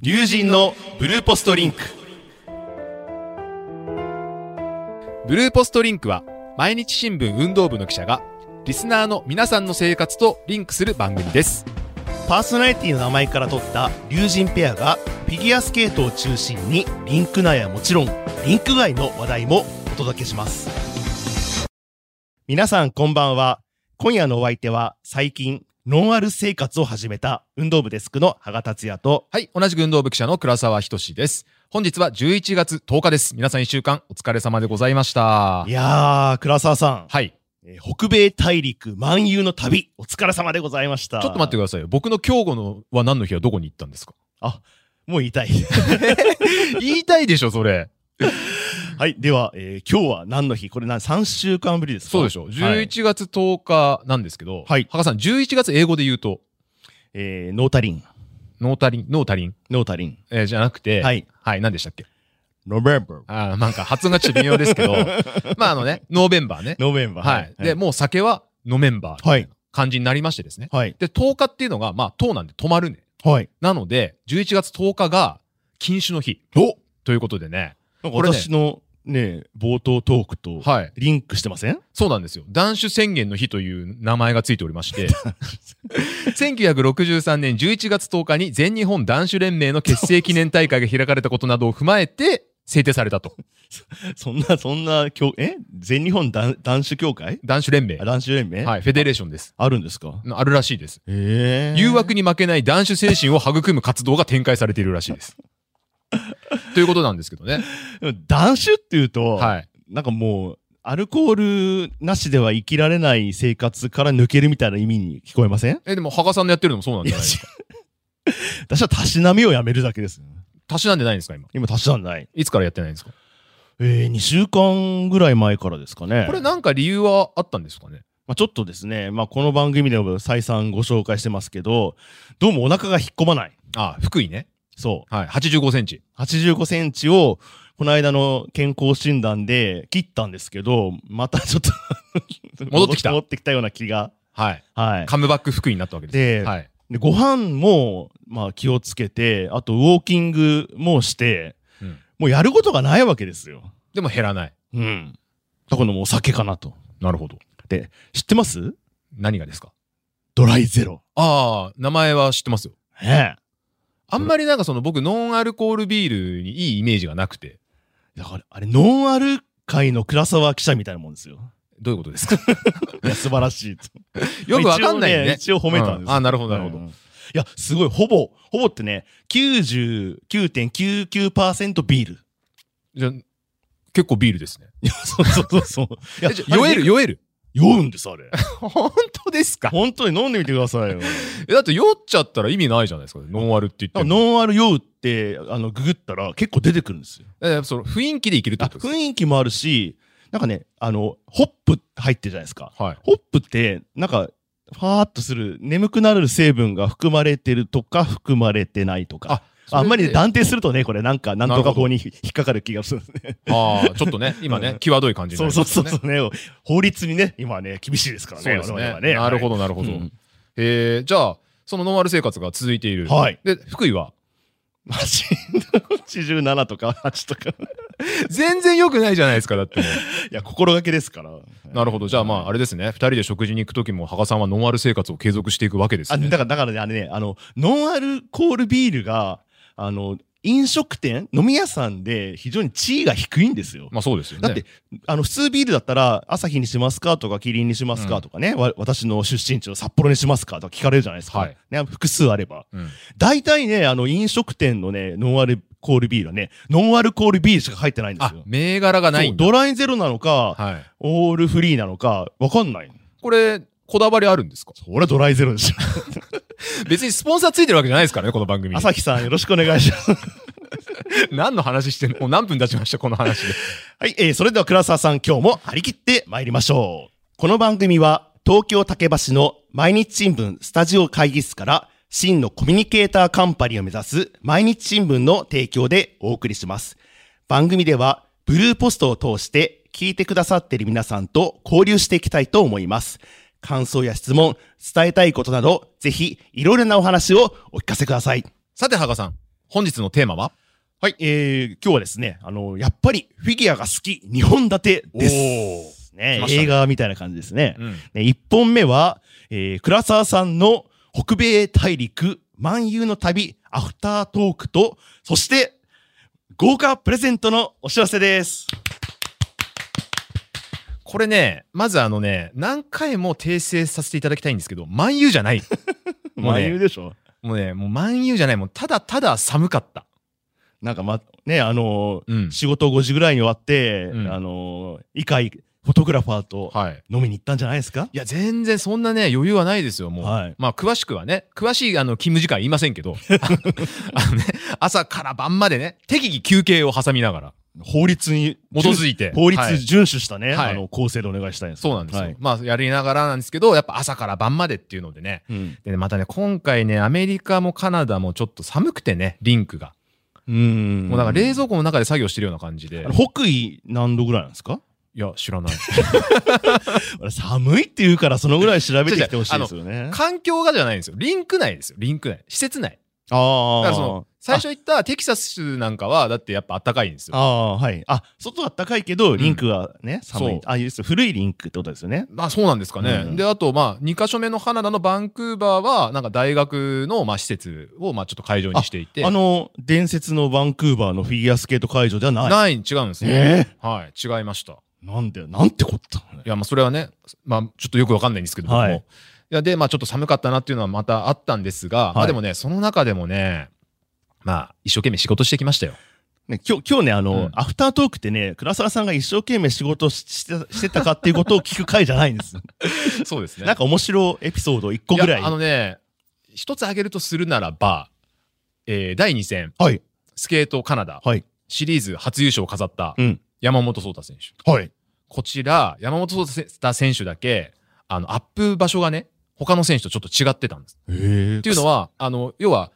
龍神のブルーポストリンクブルーポストリンクは毎日新聞運動部の記者がリスナーの皆さんの生活とリンクする番組ですパーソナリティの名前から取った龍神ペアがフィギュアスケートを中心にリンク内はもちろんリンク外の話題もお届けします皆さんこんばんは今夜のお相手は最近ノンアル生活を始めた運動部デスクの羽賀達也とはい同じく運動部記者の倉沢仁です本日は11月10日です皆さん1週間お疲れ様でございましたいやー倉沢さん、はいえー北米大陸漫遊の旅お疲れ様でございましたちょっと待ってくださいよ僕の今日のは何の日はどこに行ったんですかもう言いたい 言いたいでしょそれはいでは、えー今日は何の日これ何3週間ぶりですかそうでしょはい11月10日なんですけど、はい羽賀さん11月英語で言うとえーノータリンノータリンノータリン、ノータリンえーじゃなくてはいはい、何でしたっけノベンバーあーなんか発音がちょっと微妙です けどまああのねノーベンバーねノーベンバーはい。で、もう酒は飲めんば、はい。感じになりましてですね。はい。で、10日っていうのが、まあ、10なんで止まるね。はい。なので、11月10日が禁酒の日。ということでね。なんかこれね私のね、冒頭トークとはい。リンクしてません そうなんですよ。断酒宣言の日という名前がついておりまして、1963年11月10日に全日本男酒連盟の結成記念大会が開かれたことなどを踏まえて制定されたと。そんな、そんな、きょえ全日本男男子協会男酒連盟あ。男子連盟はい。フェデレーションです。あるんですかあるらしいです。え誘惑に負けない男子精神を育む活動が展開されているらしい です。ということなんですけどね。男子っていうと、はい。なんかもう、アルコールなしでは生きられない生活から抜けるみたいな意味に聞こえませんえ、でも、羽賀さんのやってるのもそうなんじゃないですか 私はたしなみをやめるだけです。たしなんでないんですか、今。今、たしなんでない。いつからやってないんですかえー、2週間ぐらい前からですかね。これなんか理由はあったんですかねまあ、ちょっとですね、まあ、この番組でも再三ご紹介してますけど、どうもお腹が引っ込まない。ああ、福井ね。そはい。85センチ。う。85センチを、この間の健康診断で切ったんですけど、またちょっと戻ってきた 戻ってきたような気が。はい。はい。カムバック福井になったわけです。で、はい。でご飯も、まあ、気をつけて、あとウォーキングもして、うんもうやることがないわけですよ。でも減らない。うん。だからもうお酒かなと。なるほど。知ってます何がですかドライゼロ。ああ、名前は知ってますよ。ねえ。あんまりなんかその僕、ノンアルコールビールにいいイメージがなくて。だから、あれ、ノンアル界の倉沢記者みたいなもんです よ。どういうことですかいや、素晴らしいと。よくわかんないね。一応ね一応褒めたんですうあ、なるほど、なるほうど。んいや、すごい、ほぼ、ほぼってね、99.99%ビール。 じゃあ、結構ビールですね。いや、そうそうそうそう。いやえじゃあ酔える、酔える。酔うんです、あれ。本当ですか本当に飲んでみてくだ さいよ。えだって酔っちゃったら意味ないじゃないですか。ノンアルって言ってノも。ンアル酔うって、あの、ググったら結構出てくるんですよ。えその雰囲気でいけるってあことです雰囲気もあるし、なんかね、あの、ホップ入ってるじゃないですか。かはい。ホップって、なんか、ファーっとする、眠くなる成分が含まれてるとか、含まれてないとか。あんまりねだ断定するとね、これなんか、なんとなるかほど法に 引っかかる気がするんですね。ああ、ちょっとね、今ね、際どい感じにそなうりそまうすそね。うそう、ね。法律にね、今はね、厳しいですからね。そうです我々はね。なるほど。ど、なるほど。うんえー、じゃあ、そのノンアル生活が続いている。はい。 で、福井はマジ87と か8とか。全然良くないじゃないですか、だってもう。いや、心がけですから。 なるほど。じゃあまあ、あれですね。二人で食事に行くときも、羽賀さんはノンアル生活を継続していくわけですあ、だね。から、だからね、あれね、あの、ノンアルコールビールが、あの、飲食店、飲み屋さんで非常に地位が低いんですよ。まあそうですよね。だって、あの、普通ビールだったら、朝日にしますかとか、キリンにしますうかんとかね、わ私の出身地の札幌にしますかとか聞かれるじゃないですか。はいね、複数あれば。うん大体ね、あの、飲食店のね、ノンアルコールビールはね、ノンアルコールビールしか入ってないんですあよ、。銘柄がないそうんだ。ドライゼロなのか、はい。オールフリーなのか、わかんない。これ、こだわりあるんですか俺はドライゼロでしょ。別にスポンサーついてるわ けじゃないですからね、この番組。朝日さんよろしくお願いします。何の話して んのもう何分経ちました、この話で。はい、えー、それでは倉沢さん今日も張り切って参りましょう。この番組は東京竹橋の毎日新聞スタジオ会議室から真のコミュニケーターカンパニーを目指す毎日新聞の提供でお送りします。番組ではブルーポストを通して聞いてくださっている皆さんと交流していきたいと思います。感想や質問、伝えたいことなど、ぜひいろいろなお話をお聞かせください。さて、羽賀さん。本日のテーマははい、えー、今日はですね、あの、やっぱりフィギュアが好き、日本立てです。来ねましたね映画みたいな感じですね。うん。ね、1本目は、えー、倉沢さんの北米大陸漫遊の旅アフタートークと、そして、豪華プレゼントのお知らせ です。これね、まずあのね、何回も訂正させていただきたいんですけど、万有じゃない。もうね漫遊でしょもうね、もう万有じゃない。もうただただ寒かった。なんかま、ね、あのーうん。仕事5時ぐらいに終わって、うんあのー、以下フォトグラファーとはい。飲みに行ったんじゃないですかいや、全然そんなね、余裕はないですよ、もう。はいまあ、詳しくはね、詳しい、あの、勤務時間は言いませんけど、 あのね、朝から晩までね、適宜休憩を挟みながら、法律に基づいて。法律はい遵守したね、はいあの構成でお願いしたいんですそうなんですよ。はいまあ、やりながらなんですけど、やっぱ朝から晩までっていうのでね。うん、でね、またね、今回ね、アメリカもカナダもちょっと寒くてね、リンクが。うんもうなんか冷蔵庫の中で作業してるような感じであの。北緯何度ぐらいなんですかいや、知らない。 寒いって言うからそのぐらい調べてきてほしいですよね。環境がじゃないんですよ。リンク内ですよ、リンク内。施設内。あだあ。からその、最初行ったテキサスなんかは、だってやっぱ暖かいんですよあ。あ、はい。あ、外は暖かいけど、んリンクはね、寒そうい。あ、いいです古いリンクってことですよね。まあそうなんですかね。うんで、あと、まあ、2カ所目のカナダのバンクーバーは、なんか大学の、まあ、施設を、まあ、ちょっと会場にしていて。あの、伝説のバンクーバーのフィギュアスケート会場ではない。ない、違うんですね。えはい、違いました。えなんで、なんてこったのねいや、まあ、それはね、まあ、ちょっとよくわかんないんですけど、僕もはいいや、で、まあ、ちょっと寒かったなっていうのはまたあったんですが、まはあ、いでもね、その中でもね、まあ、一生懸命仕事してきましたよ。ね。今日、今日ね、あの、うんアフタートークってね、倉沢さんが一生懸命仕事ししてしてたかっていうことを聞く回じゃないんです。そうですなんか面白いエピソード1個ぐらい。やあのね、一つ挙げるとするならば、えー第2戦、はい。スケートカナダ、はい。シリーズ初優勝を飾ったうん。山本草太選手。はい。こちら、山本草太選手だけ、あの、アップ場所がね、他の選手とちょっと違ってたんです。ええ。っっていうのは、は、あの、要は、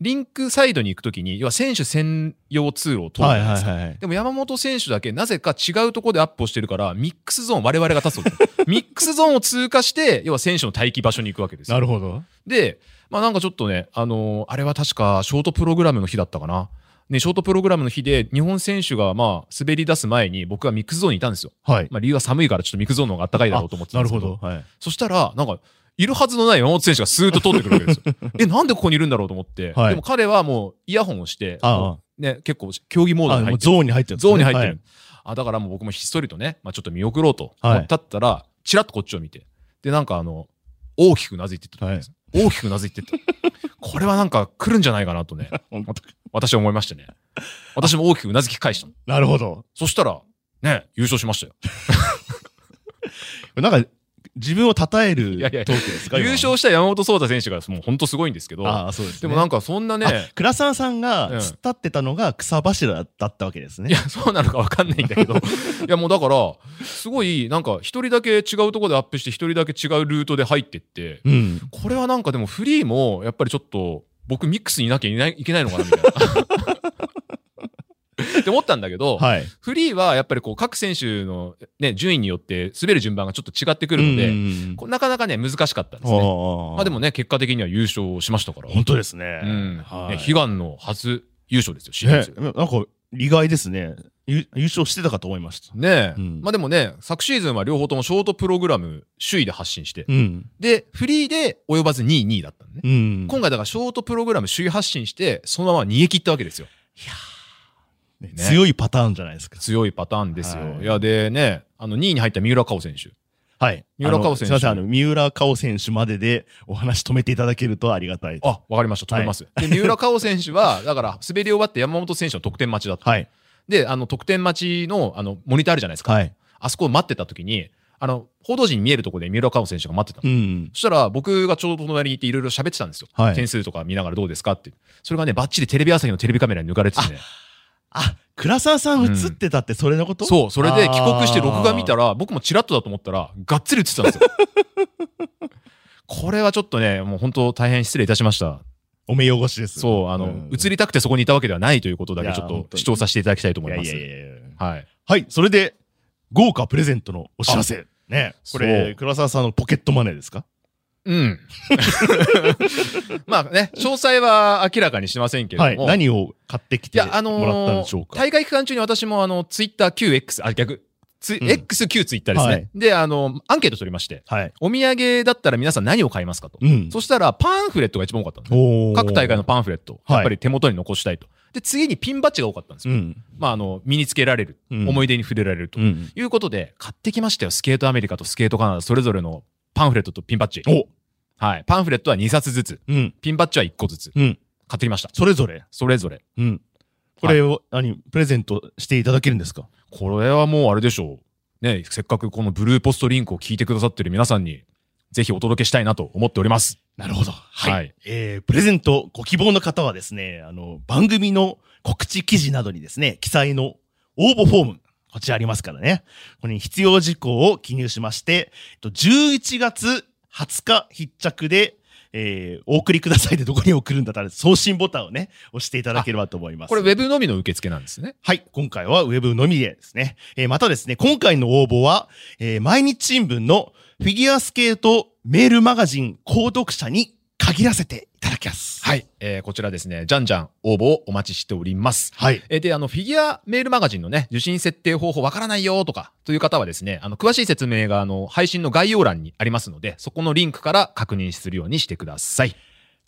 リンクサイドに行くときに、要は選手専用通路を通るじゃはいなはいですいか。はい。でも山本選手だけなぜか違うところでアップをしてるからミックスゾーン我々が 立つわけミックスゾーンを通過して要は選手の待機場所に行くわけですよなるほど。で、まあなんかちょっとね、あのーあれは確かショートプログラムの日だったかな。ね、ショートプログラムの日で日本選手がまあ滑り出す前に僕はミックスゾーンにいたんですよ。はい。まあ理由は寒いからちょっとミックスゾーンの方が暖かいだろうと思ってたんなでるすけほど。ど。はい。そしたら、なんか、いるはずのない山本選手がスーッと通ってくるわけですよ。 え、なんでここにいるんだろうと思って。はいでも彼はもうイヤホンをして、ああ。ね、結構競技モードあにも入うってる。ゾーンに入ってるんですゾね、ーンに入ってる。はいあだからもう僕もひっそりとね、まあ、ちょっと見送ろうとはい思ったったら、ちらっとこっちを見て。で、なんかあの、大きくうなずいてったんです、大きくうなずいてった。これはなんか来るんじゃないかな とね、私は思いましたね。私も大きくうなずき返したの。なるほど。そしたら、ね、優勝しましたよ。なんか、自分を称えるいやいやトークですか優勝した山本聡太選手がもう本当すごいんですけど、ああ、そうです、でね。もなんかそんなね、倉沢さんがうん突っ立ってたのが草柱だったわけですいねや。、そうなのかわかんないん だけど、いやもうだから、すごい、なんか一人だけ違うところでアップして、一人だけ違うルートで入ってって、うん。これはなんかでもフリーもやっぱりちょっと僕ミックスにいなきゃいないいけないのかなみたいな。 って思ったんだけど、はい。フリーはやっぱりこう各選手の、ね、順位によって滑る順番がちょっと違ってくるのうで、んこうなかなかね難しかったんですね。ああまあでもね結果的には優勝しましたから、本当ですね。うんはねい。悲願の初優勝ですよシリーねズ。なんか、意外ですね。ゆ優勝してたかと思いました。ねえ、うんまあでもね昨シーズンは両方ともショートプログラム首位で発信して、うん。でフリーで及ばず2位2位だったんでね。うん。今回だからショートプログラム首位発進してそのまま逃げ切ったわけですよねね強いパターンじゃないですか。強いパターンですよ、、はいいやでねあの2位に入った三浦佳生選手はい。三浦佳生選手あのすみません、あの、三浦佳生選手まででお話止めていただけるとありがたい。あわかりました止めます、で三浦佳生選手はだから滑り終わって山本選手の得点待ちだった、はい。であの得点待ちのあのモニターあるじゃないですか、はい。あそこを待ってた時にあの報道陣に見えるところで三浦佳生選手が待ってたの、うん。そしたら僕がちょうど隣にいていろいろ喋ってたんですよ、はい点数とか見ながらどうですかってそれがねバッチリテレビ朝日のテレビカメラに抜かれててねあ、倉沢さん映ってたってそれのこと、そう、それで帰国して録画見たら。ら、僕もチラッとだと思ったら、がっつり映ってたんです よ。これはちょっとね、もう本当大変失礼いたしました。お目汚しです。そう、あの、うん映りたくてそこにいたわけではないということだいけやちょっ本と当に主張させていただきたいとい思いやまいす。やいやいやはい。はい、それで、豪華プレゼントのお知らせ。ね。これそう、倉沢さんのポケットマネーですかうん。 まあね、詳細は明らかにしませんけれはい。ども。何を買ってきいてもや、らあっのーたんでしょうか。大会期間中に私もあの、ツイッター QX、あ、逆、ツイうん XQ ツイッターですね。はいで、あの、アンケート取りまして、はい。お土産だったら皆さん何を買いますかと。うん。そしたら、パンフレットが一番多かったんですねおー各大会のパンフレットを、はいやっぱり手元に残したいと。で、次にピンバッジが多かったんですうよ。ん。まあ、あの、身につけられる。うん思い出に触れられると。うん。いうことで、買ってきましたよ。スケートアメリカとスケートカナダ、それぞれのパンフレットとピンバッジ。おはい。パンフレットは2冊ずつ。うん。ピンバッジは1個ずつ。うん。買ってきました。それぞれ。それぞれ。うん。これを、何、プレゼントしていただけるんですかこれはもうあれでしょう。ね、せっかくこのブルーポストリンクを聞いてくださってる皆さんに、ぜひお届けしたいなと思っております。なるほど。はい。はいえー、プレゼントご希望の方はですね、あの、番組の告知記事などにですね、記載の応募フォーム、こちらありますからね。ここに必要事項を記入しまして、えっと11月20日必着で、えー、お送りくださいでどこに送るんだったら送信ボタンをね、押していただければと思います。これ、ウェブのみの受付なんですね。はい。今回はウェブのみでですね。えーまたですね、今回の応募は、えー毎日新聞のフィギュアスケートメールマガジン購読者に限らせていただきます。はい。えーこちらですね、じゃんじゃん応募をお待ちしております。はい。えーで、あの、フィギュアメールマガジンのね、受信設定方法わからないよとか、という方はですね、あの、詳しい説明が、あの、配信の概要欄にありますので、そこのリンクから確認するようにしてください。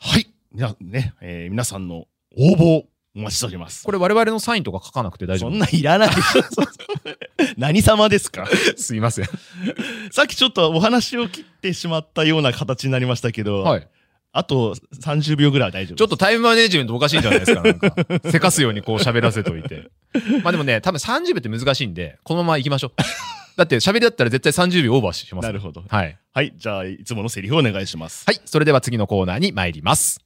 はい。みな、ね、えー皆さんの応募をお待ちしております。これ我々のサインとか書かなくて大そ丈夫んないらないでしょ。 何様ですか すいません。さっきちょっとお話を切ってしまったような形になりましたけど、はい。あと30秒ぐらいは大丈夫ちょっとタイムマネジメントおかしいんじゃないですか。なんか、せかすようにこう喋らせといて。 まあでもね、多分30秒って難しいんで、このまま行きましょう。 だって喋りだったら絶対30秒オーバーします。なるほど。はい。はい。じゃあ、いつものセリフをお願いします。はい。それでは次のコーナーに参ります。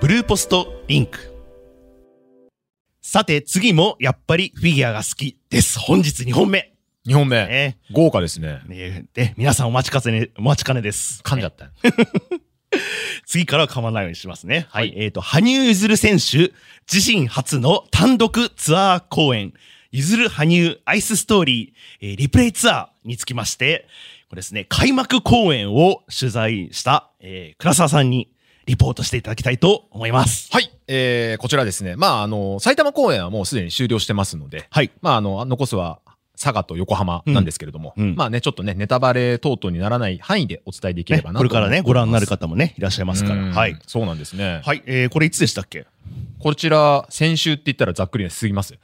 ブルーポストリンク。さて、次もやっぱりフィギュアが好きです。本日2本目。 2本目。ね豪華ですね。ねで、皆さんお待ちかね、お待ちかねです。噛んじゃった。次からは噛まないようにしますね。ははいい。えっ、と、羽生結弦選手、自身初の単独ツアー公演、譲る羽生アイスストーリー、えーリプレイツアーにつきまして、これですね、開幕公演を取材した、えー、倉沢さんにリポートしていただきたいと思います。はい。えー、こちらですね。まあ、あの、埼玉公演はもうすでに終了してますので、はい。まあ、あの、残すは、佐賀と横浜なんですけれども、うんうんまあね、ちょっとね、ネタバレ等々にならない範囲でお伝えできれねばなと、これからね、ご覧になる方もね、いらっしゃいますから。うんはい。そうなんですね。はい、えー、これいつでしたっけこちら、先週って言ったらざっくりです過ぎます。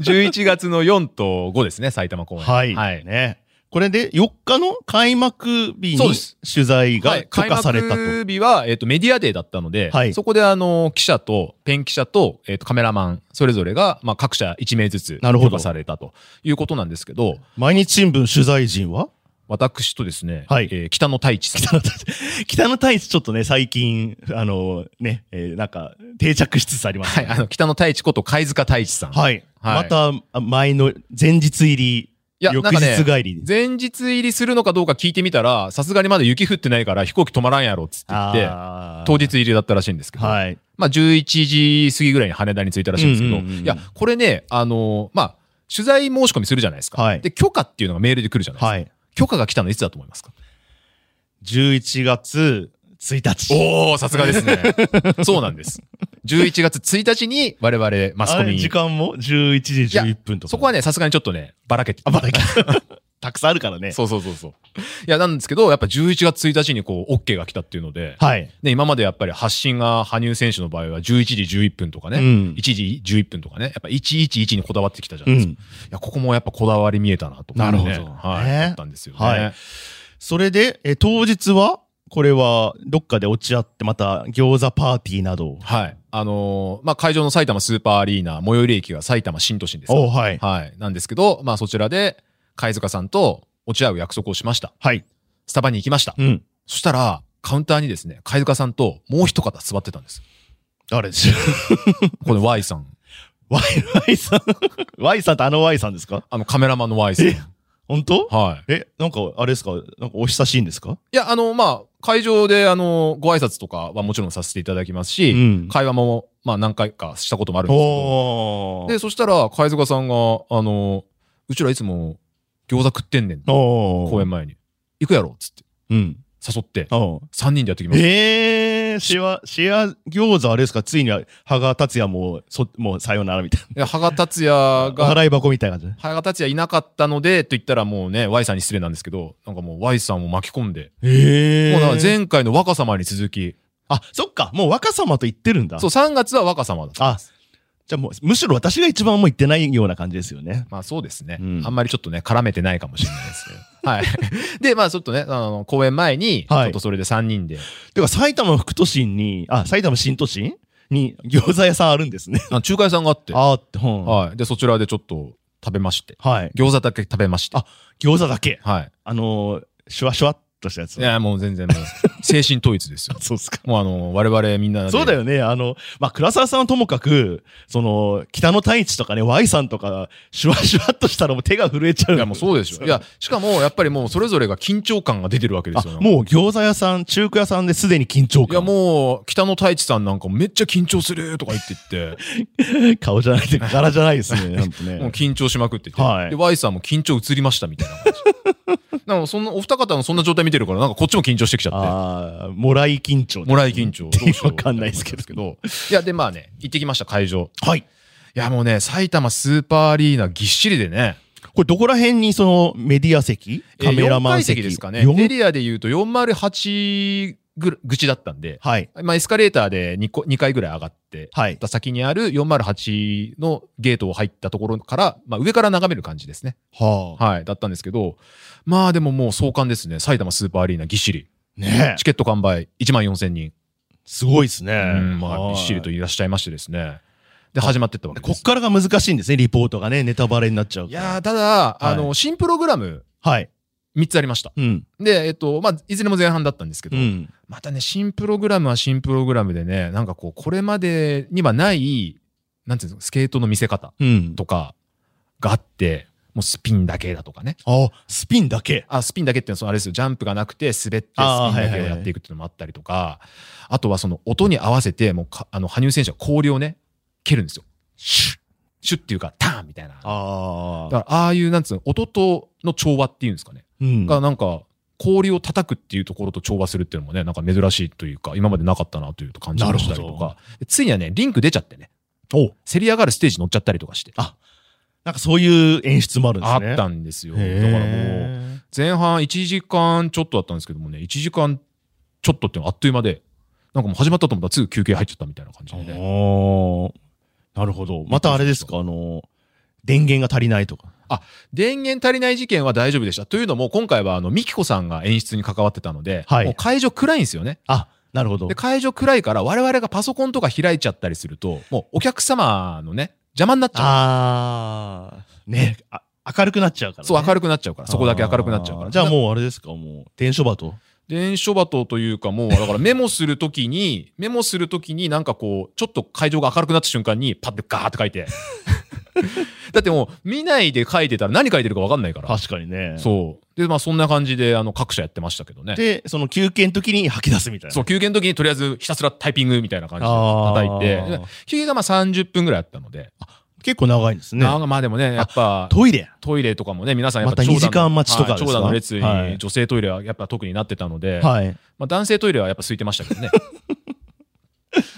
11 月の4と5ですね、埼玉公演。はい。ね。これで4日の開幕日にそうです取材はがい許開可されたと。幕日は、えっ、と、メディアデーだったので、はいそこで、あの、記者と、ペン記者と、えっ、と、カメラマン、それぞれが、まあ、各社1名ずつ、なるほど許可されたということなんですけど、毎日新聞取材陣は 私とですね、はいえー北野太一さん。北野太一ちょっとね、最近、あのね、えーなんか定着しつつあります、はい、あの、北野太一こと、貝塚太一さん。はい。はいまた、あ前の、前日入り、いや、なん翌かね日、帰り。前日入りするのかどうか聞いてみたら、さすがにまだ雪降ってないから飛行機止まらんやろっつって言って、あー当日入りだったらしいんですけど、はい。まあ11時過ぎぐらいに羽田に着いたらしいんですけど、うんうんうんうんいや、これね、あのーまあ、取材申し込みするじゃないですか、はいで、許可っていうのがメールで来るじゃないですか。はい。許可が来たのいつだと思いますか11月1日。おー、さすがですね。 そうなんです。11月1日に我々マスコあミれ時に。間も11時11分とか。そこはね、さすがにちょっとね、ばらけてたあ、まだ たくさんあるからね。そうそうそうそう。いや、なんですけど、やっぱ11月1日にこう、OK が来たっていうので、はい。ね、今までやっぱり発信が羽生選手の場合は11時11分とかね、うん1時11分とかね、やっぱ111にこだわってきたじゃうないですか。ん。いや、ここもやっぱこだわり見えたなと、なるほどはい。ねだったんですよね。はいそれで、え当日は、これはどっかで落ち合って、また餃子パーティーなどを。はいあのーまあ、会場の埼玉スーパーアリーナ、最寄り駅が埼玉新都心ですかおはい。はい。なんですけど、まあ、そちらで、貝塚さんと落ち合う約束をしました。はい。スタバに行きました。うん。そしたら、カウンターにですね、貝塚さんともう一方座ってたんです。誰でし ょう。この Y さん。 Y、Y さん。Y さんってあの Y さんですかあの、カメラマンの Y さん。え本当はい。え、なんか、あれですかなんかお久しいんですかいや、あの、まあ、会場で、あの、ご挨拶とかはもちろんさせていただきますし、ん会話も、まあ、何回かしたこともあるんですけど、おー。で、そしたら、貝塚さんが、あの、うちらいつも餃子食ってんねん。お公ー演前に。行くやろっつって。うん。誘って、おー3人でやってきました。えー、シェア、シェア餃子あれですかついに、羽賀達也も、そ、もうさよならみたいで羽賀達也な。が、払い箱みたいな感じ羽賀達也いなかったので、と言ったらもうね、Y さんに失礼なんですけど、なんかもう Y さんを巻き込んで、えもうだから全、前回の若様に続き、あ、そっか、もう若様と言ってるんだ。そう、3月は若様だった。あ、じゃあもう、むしろ私が一番もう言ってないような感じですよね。まあそうですね、うんあんまりちょっとね、絡めてないかもしれないで すけど。はい。で、まあちょっとね、あの、公演前に、ちはいょっとそれで3人で、てか、埼玉副都心に、あ、埼玉新都心に餃子屋さんあるんですね。あの仲介さんがあって、 あーって、うん。ははい。で、そちらでちょっと食べまして、い。餃子だけ食べまして、あ餃子だけ。はい。あのー、シュワシュワっとしたやつ。いや、もう全然もう、精神統一ですよ。 そうっすか。もうあの、我々みんなで。そうだ。よね。あの、まあ、倉沢さんはともかく、その、北の太一とかね、Y さんとか、シュワシュワっとしたらもう手が震えちゃう。いや、もうそうでしょ。いや、しかも、やっぱりもう、それぞれが緊張感が出てるわけであすよ。もう餃子屋さん、中華屋さんですでに緊張いや、感。もう、北野太一さんなんかめっちゃ緊張するとか言って って、顔じゃなくて、 柄じゃないですね。なんとね。もう緊張しまくってて、はいで、Y さんも緊張移りましたみたいな感じ。なんか、その、お二方のそんな状態見てるから、なんかこっちも緊張してきちゃっああ、もらい緊張。て、もらい緊張。どうしよ うわかんないですけど。いや、で、まあね、行ってきました、会場。はい。いや、もうね、埼玉スーパーアリーナぎっしりでね、これどこら辺にそのメディア席えーカメラマン4階席ですかね。四エリアで言うと408ぐ口だったんで、はい。まあ、エスカレーターで 2, 個2階ぐらい上がって、はい。先にある408のゲートを入ったところから、まあ、上から眺める感じですね。はあ。はい。だったんですけど、まあでももう壮観ですね。埼玉スーパーアリーナぎっしり。ねえチケット完売1万4000人。すごいですね。うんまあ、はいびっしりといらっしゃいましてですね。で、始まってったわけでこっす。からが難しいんですね、リポートがね。ネタバレになっちゃういから。やーただ、あはの、新プログラムはい。 3つありました。うん。で、えっと、まあ、いずれも前半だったんですけうど、ん。またね、新プログラムは新プログラムでね、なんかこう、これまでにはない、なんていうんですか、スケートの見せ方うん。とかがあって、もうスピンだけだとかね。あスピンだけ。あ、スピンだけっていうのは、そのあれですよ、ジャンプがなくて、滑ってスピンあーだはいはけいをはいやっていくっていうのもあったりとか、あとはその音に合わせて、もうか、あの、羽生選手は氷をね、蹴るんですよ。シュッ、シュッっていうか、ターンみたいな。だかああ。ら、ああいう、なんつうの、音との調和っていうんですかね。うん。が、なんか、氷を叩くっていうところと調和するっていうのもね、なんか珍しいというか、今までなかったなというと感じましたりなるとほどか、でついにはね、リンク出ちゃってね、おせり上がるステージ乗っちゃったりとかして、なんかそういう演出もあるんであすっね。たんですよ。だかへらもう、え。前半1時間ちょっとだったんですけどもね、1時間ちょっとっていうのはあっという間で、なんかもう始まったと思ったらすぐ休憩入っちゃったみたいな感じでね。おーなるほど。またあれですか、あの、電源が足りないとか。電源足りない事件は大丈夫でした。というのも、今回はあの、ミキコさんが演出に関わってたので、はいもう会場暗いんですよね。あ、なるほどで、。会場暗いから我々がパソコンとか開いちゃったりすると、もうお客様のね、邪魔になっちゃう。あー。ねあ明るくなっちゃうから、ね。そう、明るくなっちゃうから。そこだけ明るくなっちゃうかあら。ーじゃあう。もうあれですか、もう、電書バト。電書バトというか、もう、だからメモするときに、 メモするときになんかこう、ちょっと会場が明るくなった瞬間に、パッてガーって書いて。 だってもう、見ないで書いてたら何書いてるかわかんないから。確かにね。そう。で、まあそんな感じで、あの、各社やってましたけどね。で、その休憩の時に吐き出すみたいな。そう、う。休憩の時にとりあえずひたすらタイピングみたいな感じあでー叩いて、で休憩がまあ30分ぐらいあったので、結構長いんですね。あーまあでもね、やっぱ、トイレ。トイレとかもね、皆さんやっぱまた長蛇二の時間待ちとかはいです長か蛇の列はにい女性トイレはやっぱ特になってたので、はい。まあ、男性トイレはやっぱ空いてまし たけどね。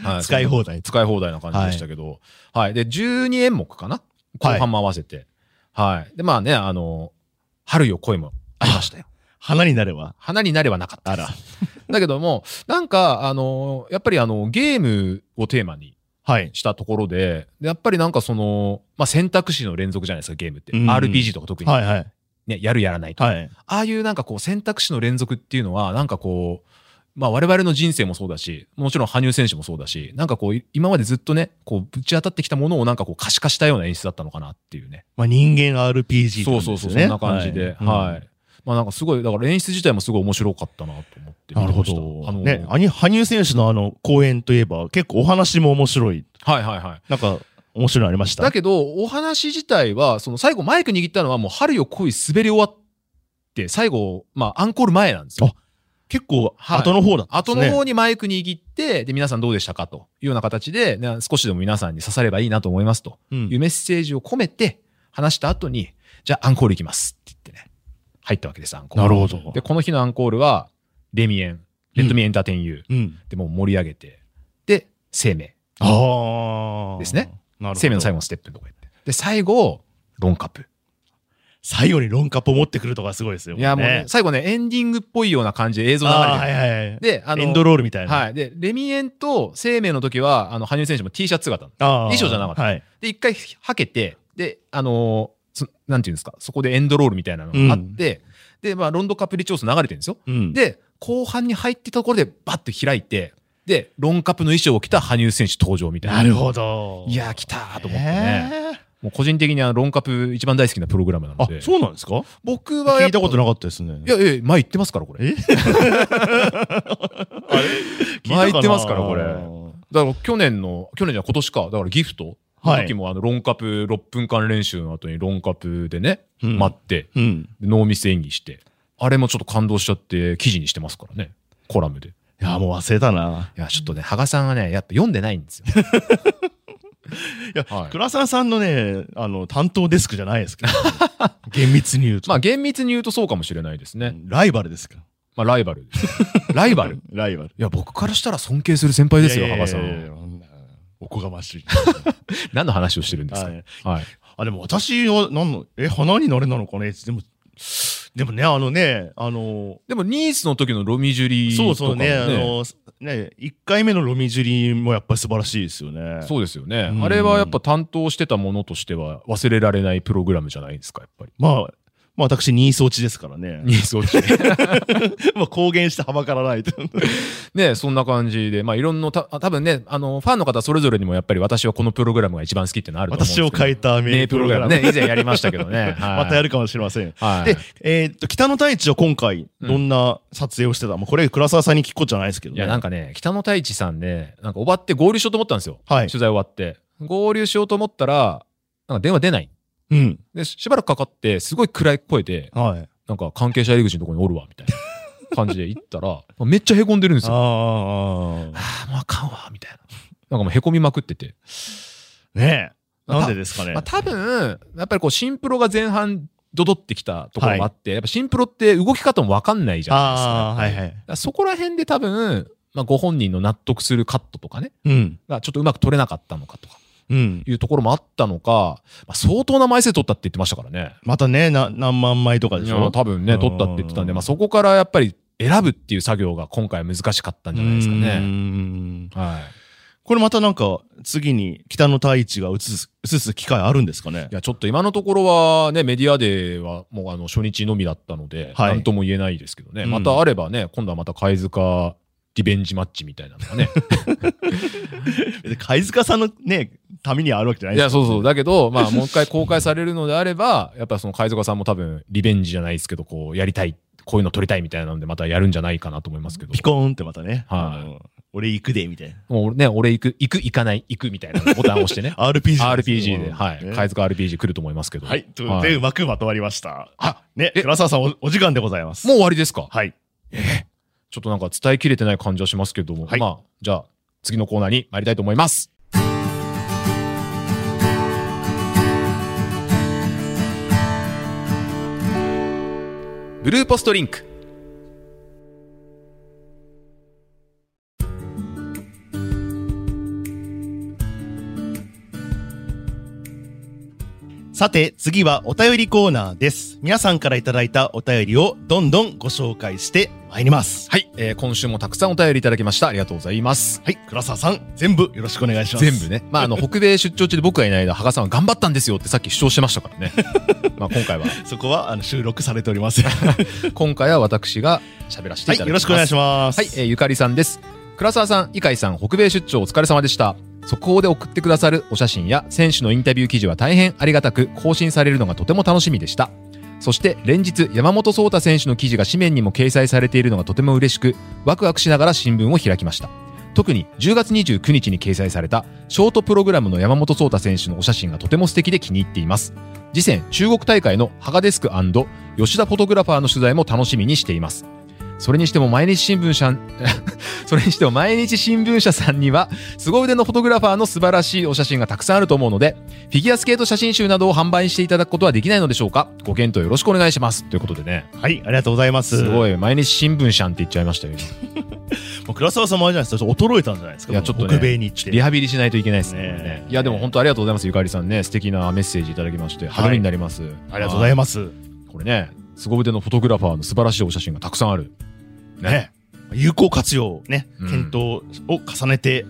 は使い題。放題。使い放題な感じでしたけど。はい。で、12演目かな後半も合わせて。はい、で、まあね、あの、春よ恋もありましたよ。花になれば。花になればなかったあですら。だけども、なんか、あの、やっぱりあの、ゲームをテーマにはい。したところで、でやっぱりなんかその、まあ、選択肢の連続じゃないですか、ゲームって。うん RPG とか特に、ねはいはい。やるやらないとかはい。ああいうなんかこう選択肢の連続っていうのはなんかこうまあ我々の人生もそうだしもちろん羽生選手もそうだしなんかこうい今までずっとねこうぶち当たってきたものをなんかこう可視化したような演出だったのかなっていうねまあ人間 RPG ってそこうとそうですそうよそねんな感じではい、まあなんかすごいだから演出自体もすごい面白かったなと思ってなるほ見てましたど。あのね、あに羽生選手のあの公演といえば結構お話も面白い。はいはいはいなんか面白いのありましただけどお話自体はその最後マイク握ったのはもう春よ恋滑り終わって最後まあアンコール前なんですよ結構はい後の方だったんです後ね。の方にマイク握って、で、皆さんどうでしたかというような形で、ね少しでも皆さんに刺さればいいなと思いますとうんいうメッセージを込めて話した後に、じゃあアンコールいきますって言ってね、入ったわけです、アンコール。なるほどで、この日のアンコールは、レミエン、レッドミエンターテインユうー、ん。でもう盛り上げて、で、生命、ああ。ですね。なるほど。生命の最後のステップのとこやって。で、最後、ロンカップ。最後に論カップを持ってくるとかすごいですよ。いや、もうねね、最後ね、エンディングっぽいような感じで映像流れてるあーはいはいはい。で、あの、エンドロールみたいな。い。はい。で、レミエンと生命の時は、あの、羽生選手も T シャツ姿なの。あー衣装じゃなかったはい。で、一回はけて、で、あのーそなんていうんですか、そこでエンドロールみたいなのがあって、で、まあ、ロンドカップリチョース流れてるんですよ。うん。で、後半に入ってたところで、バッと開いて、で、ロンカップの衣装を着た羽生選手登場みたいな。なるほど。いやー、来たーと思ってね。へーもう個人的にあの、ロンカップ一番大好きなプログラムなのあで、。そうなんですか僕は聞やいっぱたことなかったですね。いやいや、前言ってますから、これ。え 前言ってますから、これ。れ。だから去年の、去年じゃない今年か、だからギフトのはい時もあの、ロンカップ6分間練習の後にロンカップでね、うん待って、うん。でノーミス演技して、あれもちょっと感動しちゃって記事にしてますからね、コラムで。いいや、もう忘れたな。や、ちょっとね、羽賀さんはね、やっぱ読んでないんですよ。いや、 はい倉沢さんのね、あの、担当デスクじゃない ですけど、厳密に言うと。まあ厳密に言うとそうかもしれないですね。ライバルですか。まあライバル です。ライバルいライバル。や、僕からしたら尊敬する先輩ですよ、いや羽いやい賀さやんいやは。そんなおこがま しい。何の話をしてるんですかはいはい。あ、でも私は、なんの、え、花になれなのかねでも、でもね、あのね、あの、でも、ニースの時のロミジュリーとかそもうそうね、あの、ね、1回目のロミジュリーもやっぱり素晴らしいですよね。そうですよねう。んあれはやっぱ担当してたものとしては忘れられないプログラムじゃないですか、やっぱり。まあ、まあ私、ニース落ちですからね。 ニース落ちてまあ公言してはばからないと。 ね、そんな感じで、まあいろんな、たあ多分ね、あの、ファンの方それぞれにもやっぱり私はこのプログラムが一番好きってのあると思うんです私けど。を変えた名名ププロロググララム。ムね、以前やりましたけ どね。またやる。るかもしれません。はい。で、えーっと、北の大地は今回、うんどんな撮影をしてた、まあこれ、倉沢さんに聞くことじゃないですけどいね。や、なんかね、北野太一さんね、なんか終わって合流しようと思ったんですよ。はい取材終わって。合流しようと思ったら、なんか電話出ない。うん。で、しばらくかかって、すごい暗い声で、はい。なんか関係者入り口のところにおるわ、みたいな感じで行ったら、 めっちゃ凹んでるんですよ。ああ。ああ、もうあかんわ、みたいな。なんかもう凹みまくってて。ねえ。なんでですかね。まあ多分、やっぱりこう、新プロが前半、ドドってきたところもあって、やっぱ新プロって動き方もわかんないじゃないですか。ああ、はいだかはい。らそこら辺で多分、まあご本人の納得するカットとかね、うん。がちょっとうまく取れなかったのかとかうん。いうところもあったのか、まあ相当な枚数取ったって言ってましたからね。またね、な何万枚とかでしいやょ。多分ね、取ったって言ってたんで、まあそこからやっぱり選ぶっていう作業が今回難しかったんじゃないですかうーね。んはい。これまたなんか、次に北の大地が映す、映す機会あるんですかねい。や、ちょっと今のところはね、メディアデーはもうあの初日のみだったので、はいなんとも言えないですけどね、うんまたあればね、今度はまた貝塚リベンジマッチみたいなのが ね。で貝塚さんのね、ためにあるわけじゃないいですや、そうそう。だけど、まあ、もう一回公開されるのであれば、やっぱその貝塚さんも多分、リベンジじゃないですけど、こう、やりたい、こういうの撮りたいみたいなので、またやるんじゃないかなと思いますけどピ、コーンってまたね。はいあの俺行くで、みたいな。、もうね、俺行く、行く、行かない、行くみたいなボタンを押して ね RPG。 RPG で、はい、ね貝塚 RPG 来ると思いますけど。はい。ということで、うまくまとまりました。あ、ね、え倉沢さんおお時間でございます。もう終わりですかはい。ちょっとなんか伝えきれてない感じはしますけども、はいまあ、じゃあ、次のコーナーに参りたいと思います。ブルーポストリンク。さて、次はお便りコーナーです。皆さんからいただいたお便りをどんどんご紹介してまいります。はい、えー今週もたくさんお便りいただきました。ありがとうございます。はい。倉沢さん、全部よろしくお願いします。全部。ね。まあ、 あの、北米出張中で僕がいない間、羽賀さんは頑張ったんですよってさっき主張してましたからね。まあ、今回は、そこはあの収録されております。は今回は私が喋らせていい。ただきます。よろしくお願いします。はい、えーゆかりさんです。倉沢さん、伊海さん、北米出張お疲れ様でした。速報で送ってくださるお写真や選手のインタビュー記事は大変ありがたく更新されるのがとても楽しみでした。そして連日山本草太選手の記事が紙面にも掲載されているのがとても嬉しくワクワクしながら新聞を開きました。特に10月29日に掲載されたショートプログラムの山本草太選手のお写真がとても素敵で気に入っています。次戦中国大会のハガデスク吉田フォトグラファーの取材も楽しみにしています。それにしても毎日新聞社ん、 それにしても毎日新聞社さんには凄腕のフォトグラファーの素晴らしいお写真がたくさんあると思うのでフィギュアスケート写真集などを販売していただくことはできないのでしょうかご検討よろしくお願いしますということでねはい、ありがとうございます。すい。ごい毎日新聞社んって言っちゃいましたよ今もう黒沢さんもあれじゃないですか、ちょっと衰えたんじゃないですか。いやちょっとね北米に行って。リハビリしないといけないですねねえこれねいやでも本当ありがとうございますゆかりさんね素敵なメッセージいただきましてはい励みになります、ありがとうございます。すこれね凄腕のフォトグラファーの素晴らしいお写真がたくさんあるね、有効活用ね、うん検討を重ねて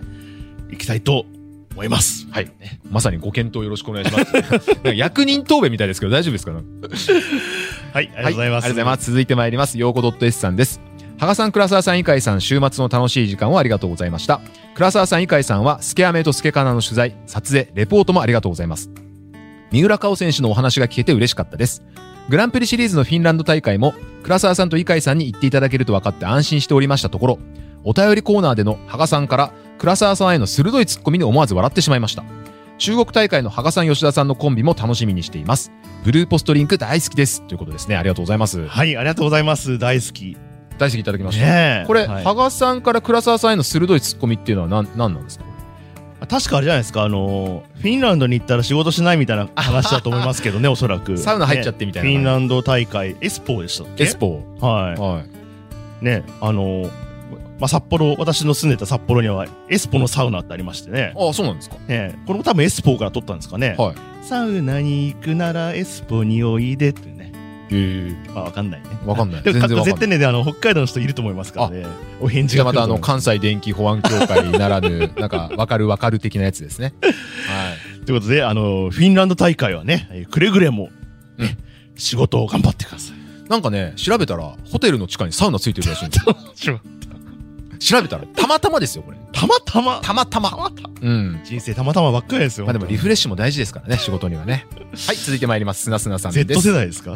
いきたいと思います。はい、まさにご検討よろしくお願いします。 なんか役人答弁みたいですけど大丈夫ですかねはい、ありがとうございます。はありがとうございます。続いてまいります。ようこ .s さんです。羽賀さん、倉沢さん、井海さん、週末の楽しい時間をありがとうございました。倉沢さん、井海さんは、スケアメとスケカナの取材、撮影、レポートもありがとうございます。三浦佳生選手のお話が聞けて嬉しかったです。グランプリシリーズのフィンランド大会も、倉沢さんと井海さんに言っていただけると分かって安心しておりましたところ、お便りコーナーでの羽賀さんから、倉沢さんへの鋭いツッコミに思わず笑ってしまいました。中国大会の羽賀さん、吉田さんのコンビも楽しみにしています。ブルーポストリンク大好きです。ということですね。ありがとうございます。はい、ありがとうございます。大好き。大好きいただきました。ねえこれ、はい羽賀さんから倉沢さんへの鋭いツッコミっていうのは何何なんですか確かあれじゃないですか、あのー、フィンランドに行ったら仕事しないみたいな話だと思いますけ どね、おそらく。サウナ入っちゃっねてみたフィいンな。ランド大会、エスポーでしたっけエスポはー。はい。い。ね、あのー、まあ、札幌、私の住んでた札幌には、エスポのサウナってありましてね。ああ、そうなんですか。ねこれも多分エスポから取ったんですかね。はい。サウナに行くならエスポにおいでってね。えまあ、わかんないね。え。わかんない。で全も然かわかんな絶。い対ねあの北海道の人いると思いますからねお返事じゃがあ来まると思たあのいま関西電気保安協会ならぬなんかわかるわかる的なやつですね。はい。すということであのフィンランド大会はねえーくれぐれも、ね仕事を頑張ってくだ さいなんかね調べたらホテルの地下にサウナついてるらしいんですよ。調べたらたまたまですよこれ。たまたまたまたま。うん。人生たまたまばっかりですよ、まあでもリ本フレッシュも大事ですからね仕事にはね。はい続いてまいりますすなすなさん当にです Z。世代ですか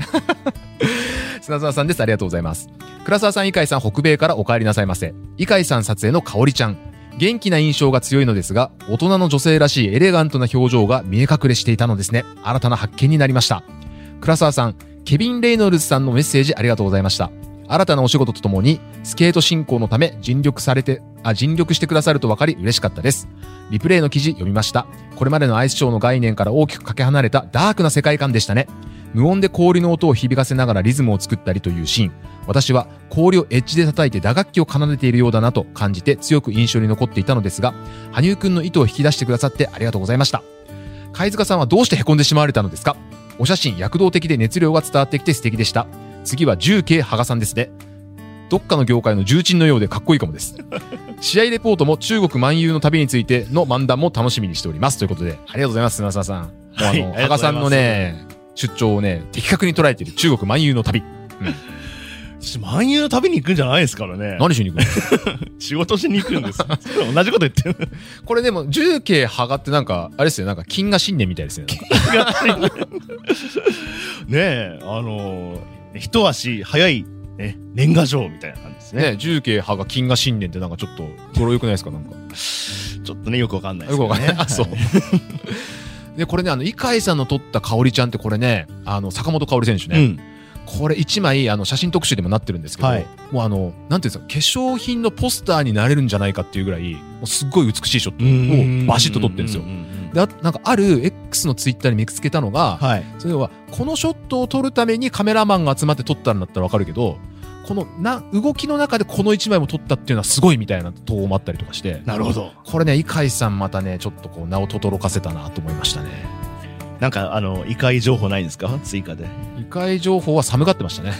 砂沢さんです。ありがとうございます。倉沢さん、井海さん、北米からお帰りなさいませ。井海さん撮影の香りちゃん。元気な印象が強いのですが、大人の女性らしいエレガントな表情が見え隠れしていたのですね。新たな発見になりました。倉沢さん、ケビン・レイノルズさんのメッセージありがとうございました。新たなお仕事とともに、スケート進行のため尽力されて、あ、尽力してくださると分かり嬉しかったです。リプレイの記事読みました。これまでのアイスショーの概念から大きくかけ離れたダークな世界観でしたね。無音で氷の音を響かせながらリズムを作ったりというシーン私は氷をエッジで叩いて打楽器を奏でているようだなと感じて強く印象に残っていたのですが羽生くんの意図を引き出してくださってありがとうございました貝塚さんはどうしてへこんでしまわれたのですかお写真躍動的で熱量が伝わってきて素敵でした次は重慶羽賀さんですねどっかの業界の重鎮のようでかっこいいかも です試合レポートも中国漫遊の旅についての漫談も楽しみにしておりますということでありがとうございます砂沢さん、もうあはいありがのとうございます羽賀さんのね出張をね的確に捉えている中国漫遊の旅漫遊の旅に行くんじゃないですからね何しに行くの仕事しに行くんです 同じこと言ってるこれでも重慶羽賀ってなんかあれですよなんか金が信念みたいですね ねえあのー一足早い、ね、年賀状みたいな感じですねね重慶派が金が信念ってなんかちょっと語呂よくないですかなんかちょっとねよくわかんないでよすくけわどねかんないあそうでこれねあの井海さんの撮った香織ちゃんってこれねあの坂本香織選手うね、んこれ一枚あの写真特集でもなってるんですけど、はいもうあのなんていうんですか化粧品のポスターになれるんじゃないかっていうぐらいもうすっごい美しいショットをバシッと撮ってるんですようううんであなんかある X のツイッターに見つけたのが、はいそれはこのショットを撮るためにカメラマンが集まって撮ったんだったらわかるけどこのな動きの中でこの1枚も撮ったっていうのはすごいみたいな投稿もあったりとかしてなるほどこれね井海さんまたねちょっとこう名を轟かせたなと思いましたねなんかあの異界情報ないんですか追加で井海情報は寒がってましたね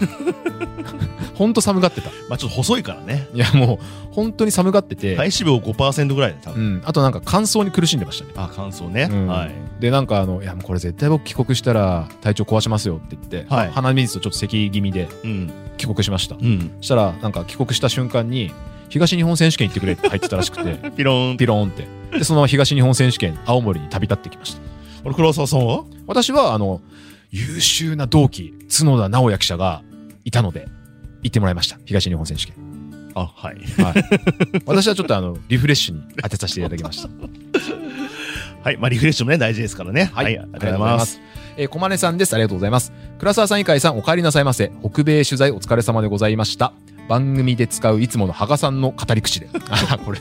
ほんと寒がってたいまあちょっと細いからねやもう本当に寒がってて、体脂肪5%ぐらいで多う分、ん、あとなんか乾燥に苦しんでましたねあ感想ね、うんはいでなんかあの「いやもうこれ絶対僕帰国したら体調壊しますよ」って言って、はい鼻水とちょっと咳気味でうん帰国しましたうんしたらなんか帰国した瞬間に東日本選手権行ってくれって入ってたらしく てピローンピローンってでそのまま東日本選手権青森に旅立ってきましたこれ黒沢さんは私はあの優秀な同期角田直也記者がいたので行ってもらいました東日本選手権あはいはい私はちょっとあのリフレッシュに当てさせていただきましたはいまあリフレッシュもね大事ですからねはい、ありがとうございます。えー、小金さんです。ありがとうございます。倉沢さん、井海さん、お帰りなさいませ。北米取材お疲れ様でございました。番組で使ういつもの羽賀さんの語り 口であこれ、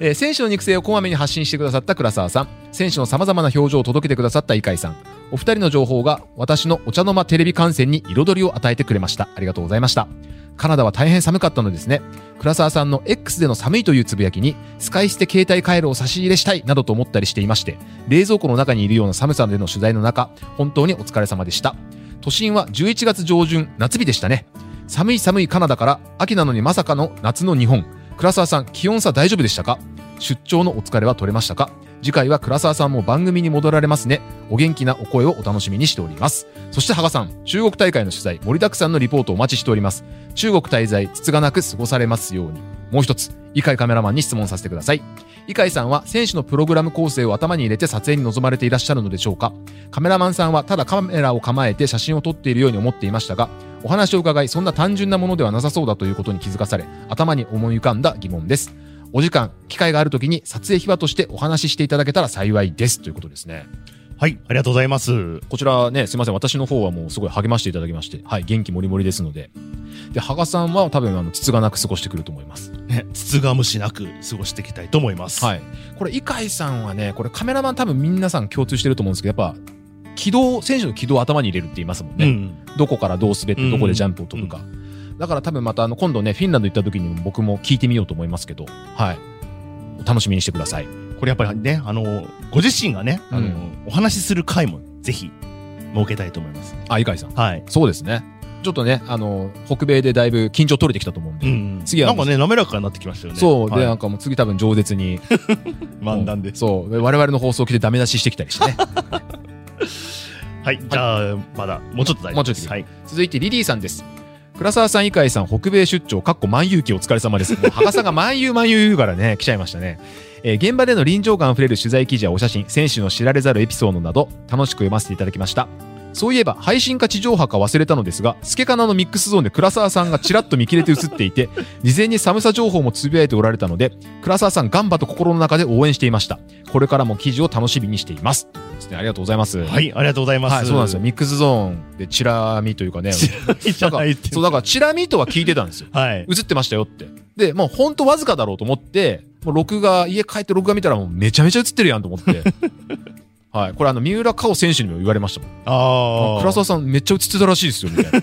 えー選手の肉声をこまめに発信してくださった倉沢さん選手のさまざまな表情を届けてくださった井海さんお二人の情報が私のお茶の間テレビ観戦に彩りを与えてくれましたありがとうございましたカナダは大変寒かったのですね倉沢さんの X での寒いというつぶやきに使い捨て携帯カイロを差し入れしたいなどと思ったりしていまして冷蔵庫の中にいるような寒さでの取材の中本当にお疲れ様でした都心は11月上旬夏日でしたね寒い寒いカナダから秋なのにまさかの夏の日本倉沢さん気温差大丈夫でしたか出張のお疲れは取れましたか次回は倉沢さんも番組に戻られますねお元気なお声をお楽しみにしておりますそして羽賀さん中国大会の取材盛りだくさんのリポートお待ちしております中国滞在つつがなく過ごされますようにもう一つ伊海カメラマンに質問させてください伊海さんは選手のプログラム構成を頭に入れて撮影に臨まれていらっしゃるのでしょうかカメラマンさんはただカメラを構えて写真を撮っているように思っていましたがお話を伺いそんな単純なものではなさそうだということに気づかされ頭に思い浮かんだ疑問ですお時間機会がある時に撮影秘話としてお話ししていただけたら幸いですということですねはい、ありがとうございます。こちらね、すみません、私の方はもうすごい励ましていただきまして、はい、元気もりもりですので、で、羽賀さんは多分、あの、つつがなく過ごしてくると思います。ね、つつがむしなく過ごしていきたいと思います。はい。これ、伊海さんはね、これカメラマン多分皆さん共通してると思うんですけど、やっぱ、軌道、選手の軌道を頭に入れるって言いますもんうね。ん。どこからどう滑って、どこでジャンプを飛ぶか。だから多分また、あの、今度ね、フィンランド行った時にも僕も聞いてみようと思いますけど、はい。お楽しみにしてください。これやっぱりね、あの、ご自身がね、あの、うお話しする回もぜひ設けたいと思います。あ、伊海さん。はい。そうですね。ちょっとね、あの、北米でだいぶ緊張取れてきたと思うんで、うん。次はなんかね、滑らかになってきましたよね。そう、はいで、なんかもう次多分饒舌に、漫談で。そう、で我々の放送を着てダメ出ししてきたりしてね。はい。じゃあ、まだ、もうちょっと大丈夫です。もはい。続いてリリーさんです。倉沢さん、井海さん、北米出張、かっこ万有期お疲れ様です。もう、博さんが万有万有言うからね、来 ちゃいましたね。えー現場での臨場感あふれる取材記事やお写真、選手の知られざるエピソードなど、楽しく読ませていただきました。そういえば、配信か地上波か忘れたのですが、スケカナのミックスゾーンで倉沢さんがちらっと見切れて映っていて、 事前に寒さ情報もつぶやいておられたので、倉沢さん、ガンバと心の中で応援していました。これからも記事を楽しみにしています。ということですね、ありがとうございます。はい、ありがとうございます。はい、そうなんですよ。ミックスゾーンでチラ見という かね、知ら ないじゃないってそうだからチラ見とは聞いてたんですよ。はい。映ってましたよって。で、もうほんとわずかだろうと思って、もう録画、家帰って録画見たらもうめちゃめちゃ映ってるやんと 思って。はい、これあの三浦佳生選手にも言われましたもんああ。倉沢さんめっちゃ映ってたらしいですよみたい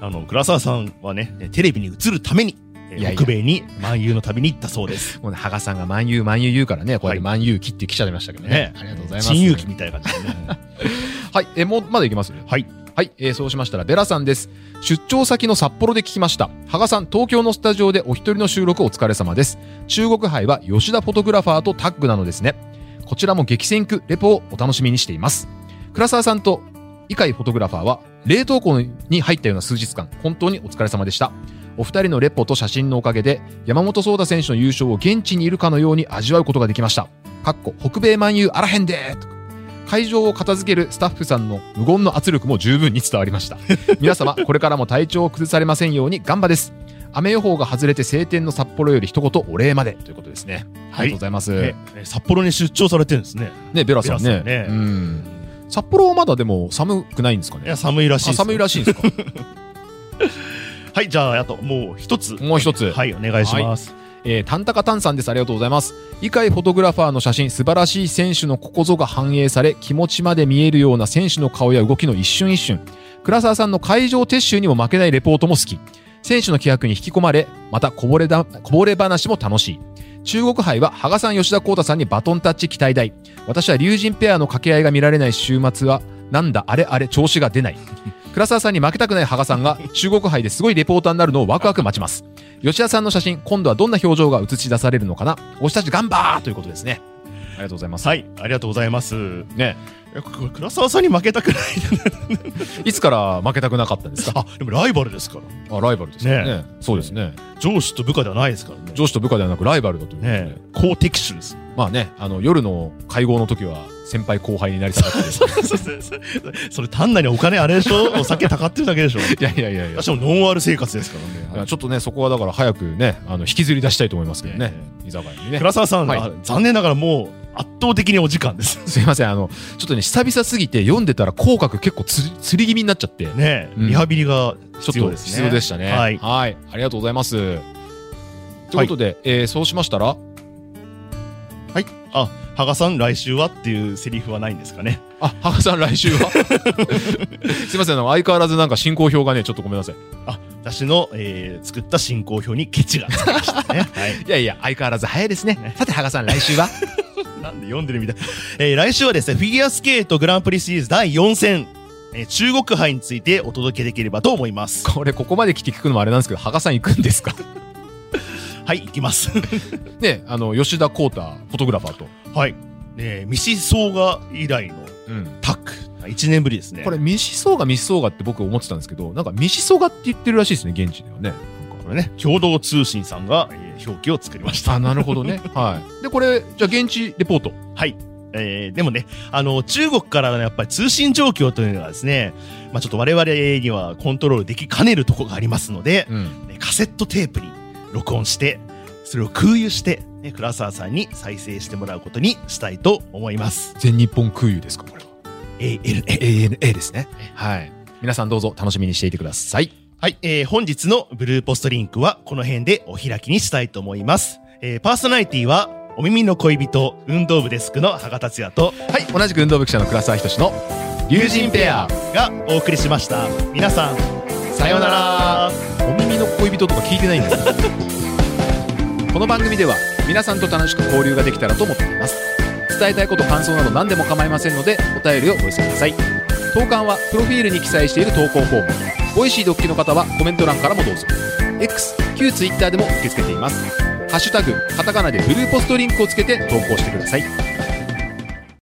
な あの、倉沢さんはね、テレビに映るために、えーいやいや北米に漫遊の旅に行ったそうです。もうね羽賀さんが「万有万有」言うからねこうやって「万有期」って来ちゃいましたけどね、ねありがとうございます珍遊記みたいな感じでね。はい、えーもうまだいきますはい。はい、えーそうしましたら、ベラさんです。出張先の札幌で聞きました。羽賀さん、東京のスタジオでお一人の収録お疲れ様です。中国杯は吉田フォトグラファーとタッグなのですね。こちらも激戦区レポをお楽しみにしています。倉沢さんと伊海フォトグラファーは、冷凍庫に入ったような数日間、本当にお疲れ様でした。お二人のレポと写真のおかげで、山本草太選手の優勝を現地にいるかのように味わうことができました。かっこ北米漫遊あらへんでーと会場を片付けるスタッフさんの無言の圧力も十分に伝わりました皆様これからも体調を崩されませんように頑張です雨予報が外れて晴天の札幌より一言お礼までということですね、ありがとうございますねえ札幌に出張されてるんですね。ねベラさんねベラさうんん、札幌はまだでも寒くないんですかいねや、寒いらしいあです。寒いらしいんですかはい、じゃあ、あともう一つ。もう一つはい、お願いします。えー、タンタカタンさんです。ありがとうございます。以下フォトグラファーの写真、素晴らしい選手のここぞが反映され、気持ちまで見えるような選手の顔や動きの一瞬一瞬。倉沢さんの会場撤収にも負けないレポートも好き。選手の気迫に引き込まれ、またこぼれだ、こぼれ話も楽しい。中国杯は、羽賀さん、吉田幸太さんにバトンタッチ期待大。私は龍神ペアの掛け合いが見られない週末は、なんだあれあれ調子が出ない。倉沢さんに負けたくない羽賀さんが中国杯ですごいレポーターになるのをワクワク待ちます。吉田さんの写真、今度はどんな表情が映し出されるのかな推したちガンバーということですね。ありがとうございます。はい、ありがとうございます。ね、えこ倉沢さんに負けたくない。いつから負けたくなかったんですかあ、でもライバルですから。 あライバルですよねねそうですね。上司と部下ではないですからね。上司と部下ではなくライバルだということで、ね公敵手です。まあね、あの、夜の会合の時は先輩後輩になりそうだったです。そうそうそうそれ単なるお金あれでしょお酒たかってるだけでしょ いやいやいやいや。私もノンアル生活ですからね。いやちょっとね、そこはだから早くね、あの、引きずり出したいと思いますけどね。ね居酒屋にね。倉沢さん、はいあ残念ながらもう圧倒的にお時間です。 すいません、あの、ちょっとね、久々すぎて読んでたら口角結構つり、つり気味になっちゃって。ねえ、うんリハビリが必ちょ要っとですね必要でしたね。はいありがとうございます。ということで、えーそうしましたら、はい。あ、羽賀さん来週はっていうセリフはないんですかね。あ、羽賀さん来週 はすいません、あの相変わらずなんか進行表がね、ちょっとごめんなさい。あ、私の、えー作った進行表にケチがつきました ね。はい。いやいや、相変わらず早いですね。さて、羽賀さん来週はなんで読んでるみたい。 えー来週はですね、フィギュアスケートグランプリシリーズ第4戦、えー中国杯についてお届けできればと思います。これ、ここまで来て聞くのもあれなんですけど、羽賀さん行くんですか はい、行きます。 ね、あの、吉田浩太、フォトグラファーと。はい。えー、ミシソーガ以来のうん。タッグ。1年ぶりですね。これ、ミシソガ、ミシソガって僕思ってたんですけど、なんか、ミシソガって言ってるらしいですね、現地ではね。これね、共同通信さんが、えー表記を作りました。 あ、なるほどね。はい。で、これ、じゃあ、現地レポート。はい。えーでもね、あの、中国からのやっぱり通信状況というのがですね、まあちょっと我々にはコントロールできかねるとこがありますので、うん。ねカセットテープに録音して、それを空輸して、ね、倉沢さんに再生してもらうことにしたいと思います。全日本空輸ですか、これは。 ALA。 ANA ですね。はい。皆さんどうぞ楽しみにしていてください。はい、えー本日のブルーポストリンクはこの辺でお開きにしたいと思います。えーパーソナリティは、お耳の恋人、運動部デスクの羽賀達也と、はい、同じく運動部記者の倉沢仁の龍神ペア、がお送りしました。皆さん、さようなら。お耳の恋人とか聞いてないんだよ。 この番組では皆さんと楽しく交流ができたらと思っています。伝えたいこと、感想など何でも構いませんので、お便りをお寄せください。投函はプロフィールに記載している投稿フォーム。ボイシードッキの方はコメント欄からもどうぞ。X、旧 Twitter でも受け付けています。ハッシュタグ、カタカナでブルーポストリンクをつけて投稿してください。